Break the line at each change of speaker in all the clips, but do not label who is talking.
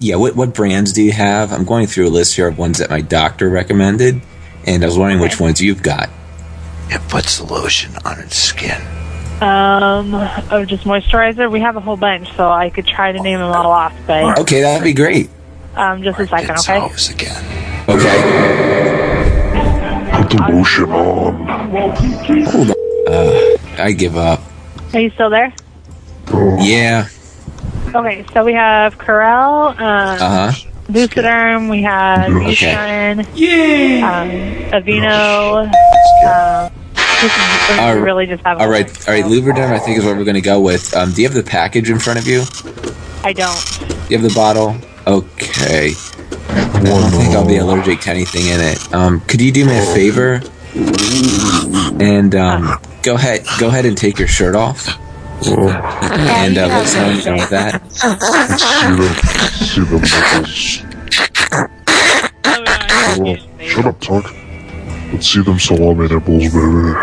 yeah, what what brands do you have? I'm going through a list here of ones that my doctor recommended, and I was wondering which ones you've got.
It puts lotion on its skin.
Um, oh, just moisturizer. We have a whole bunch, so I could try to name them all off, but
Okay, that'd be great.
um, just a second,
It's
okay?
hose again.
Okay,
Put the lotion on.
I give up.
Are you still there?
Oh,
Yeah,
Okay, so we have Corel, um,
uh huh.
Luciderm, we have
Okay.
Eastern, Yay! Um, Aveeno. Um, we can- we
All right.
really just have a
All right,
bunch,
all right.
so-
Lubriderm, I think is what we're going to go with. Um, do you have the package in front of you?
I don't.
You have the bottle. Okay. I don't think I'll be allergic to anything in it. Um, could you do me a favor? And um, go ahead, go ahead and take your shirt off, and uh, let's know when you're done with that.
see them, see them nipples. Oh, shut up, Tuck. Let's see them salami nipples, baby.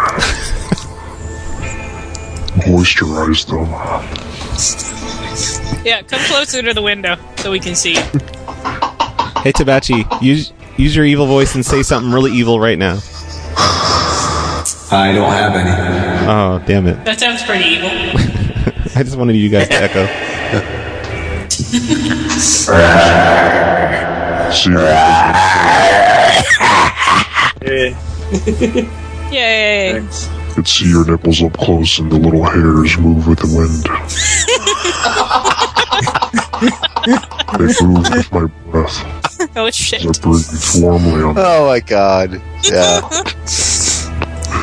Moisturize them.
Yeah, come closer to the window so we can see.
Hey, Tabachi, use use your evil voice and say something really evil right now.
I don't have any.
Oh, damn it!
That sounds pretty evil.
I just wanted you guys to echo.
See them.
Yay!
and see your nipples up close and the little hairs move with the wind. they move with my breath
Oh
as
shit!
I breathe warmly on
Oh my god. Yeah.